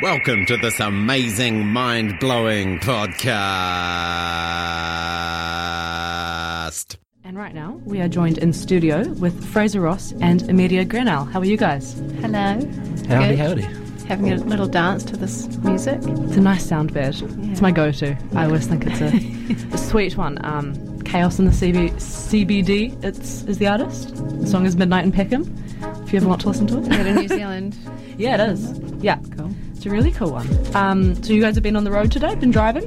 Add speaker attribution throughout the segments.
Speaker 1: Welcome to this amazing, mind blowing podcast.
Speaker 2: And right now, we are joined in studio with Fraser Ross and Amelia Grenell. How are you guys?
Speaker 3: Hello.
Speaker 4: Howdy,
Speaker 3: Good.
Speaker 4: howdy.
Speaker 3: Having a little dance to this music.
Speaker 2: It's a nice sound bed. It's my go to. I always think it's a, a sweet one. Um, Chaos in the CB, CBD it's, is the artist. The song is Midnight in Peckham, if you ever want to listen to it.
Speaker 3: Out of New Zealand.
Speaker 2: Yeah, it is. Yeah. Cool. It's a really cool one. Um, so, you guys have been on the road today, been driving?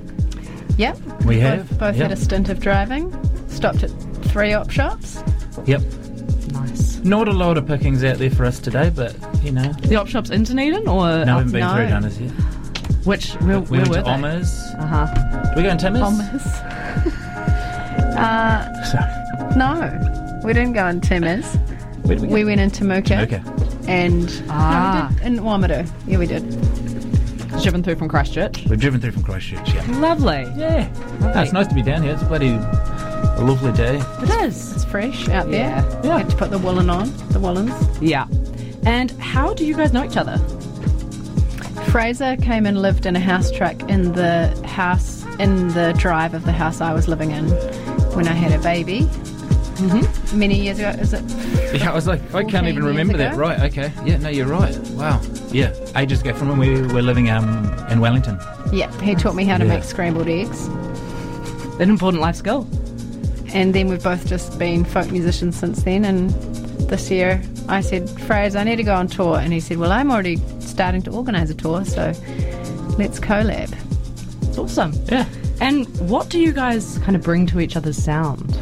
Speaker 3: Yep.
Speaker 4: We
Speaker 3: Both,
Speaker 4: have.
Speaker 3: both
Speaker 4: yep.
Speaker 3: had a stint of driving. Stopped at three op shops.
Speaker 4: yep.
Speaker 2: Nice.
Speaker 4: Not a lot of pickings out there for us today, but you know,
Speaker 2: The op shop's in Dunedin, or
Speaker 4: no, we haven't been
Speaker 3: no.
Speaker 4: through Dunners yet.
Speaker 2: which? Where,
Speaker 4: We
Speaker 2: where
Speaker 4: went
Speaker 2: were
Speaker 4: to
Speaker 2: they?
Speaker 4: Omers.
Speaker 2: Uh huh.
Speaker 4: Did we go in Timmers?
Speaker 3: Bombers. uh,
Speaker 4: Sorry.
Speaker 3: no, we didn't go in Timmers.
Speaker 4: Where did we go?
Speaker 3: We went into Mooka.
Speaker 4: okay.
Speaker 3: And
Speaker 2: Ah.
Speaker 3: no, we did in Wamaru. Yeah, we did.
Speaker 2: Driven through from Christchurch.
Speaker 4: We've driven through from Christchurch, yeah.
Speaker 2: Lovely.
Speaker 4: Yeah. No, it's nice to be down here. It's bloody a lovely day.
Speaker 2: It is.
Speaker 3: It's fresh out
Speaker 2: Yeah.
Speaker 3: there.
Speaker 4: Yeah.
Speaker 3: Had to put the woolen on. The woolens.
Speaker 2: Yeah. And how do you guys know each other?
Speaker 3: Fraser came and lived in a house truck in the house in the drive of the house I was living in when I had a baby. Mm-hmm. Many years ago, is it
Speaker 4: Yeah, I was like, I
Speaker 3: 14
Speaker 4: can't even
Speaker 3: years
Speaker 4: remember that.
Speaker 3: ago?
Speaker 4: Right, okay. Yeah, no, you're right. Wow. Yeah, ages ago from when we were living um, in Wellington.
Speaker 3: Yeah, he taught me how to
Speaker 4: Yeah.
Speaker 3: make scrambled eggs.
Speaker 2: An important life skill.
Speaker 3: And then we've both just been folk musicians since then. And this year I said, Fraser, I need to go on tour. And he said, Well, I'm already starting to organise a tour, so let's collab.
Speaker 2: It's awesome.
Speaker 4: Yeah.
Speaker 2: And what do you guys kind of bring to each other's sound?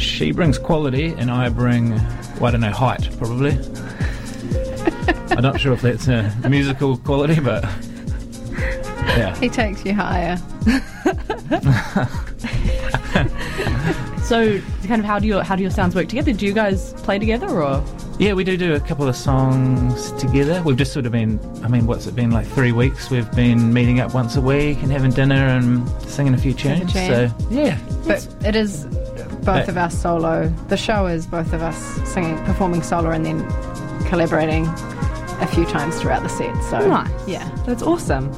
Speaker 4: She brings quality, and I bring, well, I don't know, height, probably. I'm not sure if that's a musical quality, but yeah,
Speaker 3: He takes you higher.
Speaker 2: So, kind of how do your how do your sounds work together? Do you guys play together or?
Speaker 4: yeah, we do do a couple of songs together. We've just sort of been, I mean, what's it been like three weeks? We've been meeting up once a week and having dinner and singing a few tunes.
Speaker 3: jam.
Speaker 4: So yeah,
Speaker 3: But it is both
Speaker 4: Hey.
Speaker 3: of us solo. The show is both of us singing, performing solo, and then collaborating a few times throughout the set. So yeah.
Speaker 2: that's awesome.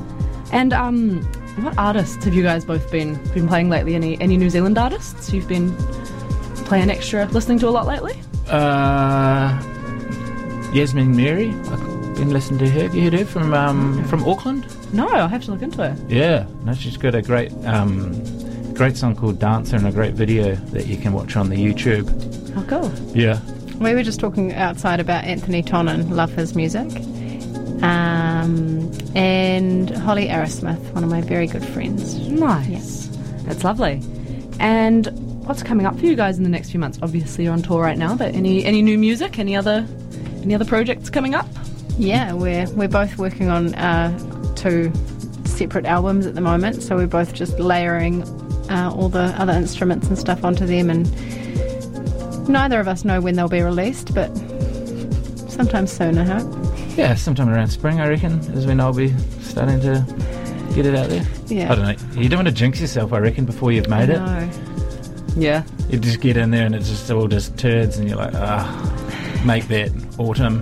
Speaker 2: And um, what artists have you guys both been been playing lately? Any any New Zealand artists you've been playing extra, listening to a lot lately?
Speaker 4: uh, Yasmin Mary, I've been listening to her. Have you heard her from um, from Auckland?
Speaker 2: No, I'll have to look into it.
Speaker 4: Yeah, no, she's got a great, um, great song called "Dancer" and a great video that you can watch on the YouTube.
Speaker 2: Oh, cool.
Speaker 4: Yeah,
Speaker 3: We were just talking outside about Anthony Tonin, love his music. Um, and Holly Arrowsmith, one of my very good friends.
Speaker 2: Nice. That's lovely. And what's coming up for you guys in the next few months? Obviously, you're on tour right now, but any any new music? Any other any other projects coming up?
Speaker 3: Yeah, we're we're both working on uh, two separate albums at the moment, so we're both just layering uh, all the other instruments and stuff onto them, and neither of us know when they'll be released, but sometime soon, I hope.
Speaker 4: yeah, sometime around spring, I reckon, is when I'll be starting to get it out there.
Speaker 3: Yeah.
Speaker 4: I don't know. You don't want to jinx yourself, I reckon, before you've made it.
Speaker 3: No.
Speaker 2: Yeah.
Speaker 4: You just get in there and it's just all just turds, and you're like, ah, make that autumn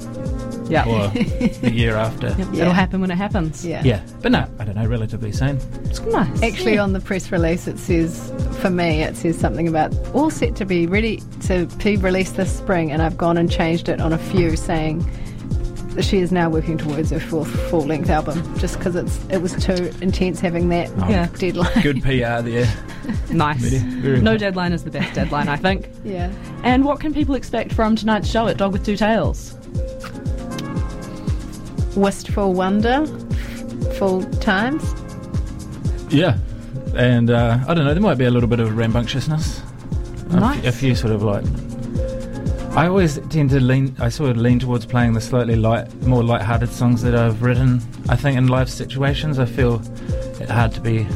Speaker 2: Yeah.
Speaker 4: or the year after.
Speaker 2: It'll happen when it happens.
Speaker 3: Yeah.
Speaker 4: Yeah, but no, I don't know. Relatively soon.
Speaker 2: It's nice.
Speaker 3: Actually, on the press release, it says, for me, it says something about all set to be ready to be released this spring, and I've gone and changed it on a few, saying that she is now working towards her fourth full length album, just because it's it was too intense having that
Speaker 2: Yeah.
Speaker 3: deadline.
Speaker 4: Good PR there.
Speaker 2: nice.
Speaker 4: Very- very
Speaker 2: no
Speaker 4: nice.
Speaker 2: deadline is the best deadline, I think.
Speaker 3: Yeah.
Speaker 2: And what can people expect from tonight's show at Dog with Two Tails?
Speaker 3: Wistful Wonder, Full Times.
Speaker 4: Yeah, and uh, I don't know. There might be a little bit of rambunctiousness. A f-
Speaker 2: Nice.
Speaker 4: A few sort of like. I always tend to lean. I sort of lean towards playing the slightly light, more light-hearted songs that I've written. I think in life situations, I feel it hard to be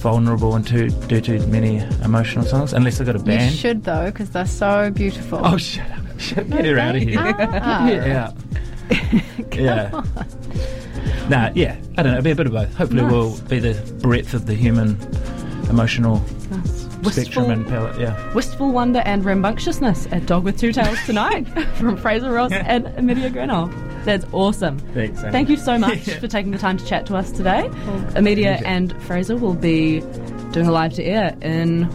Speaker 4: vulnerable and to do too many emotional songs unless I've got a
Speaker 3: You
Speaker 4: band.
Speaker 3: should, though, because they're so beautiful.
Speaker 4: oh, shut up! Shut get her out of here.
Speaker 3: Ah.
Speaker 4: Get out. yeah. Nah, yeah. I don't know. It'll be a bit of both. Hopefully,
Speaker 2: Nice.
Speaker 4: we'll be the breadth of the human emotional
Speaker 2: Wistful,
Speaker 4: spectrum and palette. Yeah.
Speaker 2: wistful wonder and rambunctiousness at Dog with Two Tails tonight from Fraser Ross and Amelia Grenell. That's awesome.
Speaker 4: Thanks, Anna.
Speaker 2: Thank you so much for taking the time to chat to us today. Amelia
Speaker 4: pleasure.
Speaker 2: and Fraser will be doing a live to air in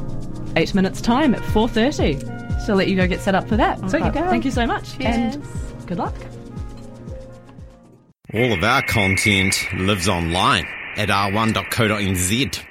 Speaker 2: eight minutes' time at 4.30. So I'll let you go get set up for that.
Speaker 3: There you go.
Speaker 2: Thank you so much. And
Speaker 3: Cheers.
Speaker 2: good luck.
Speaker 1: All of our content lives online at r1.co.nz.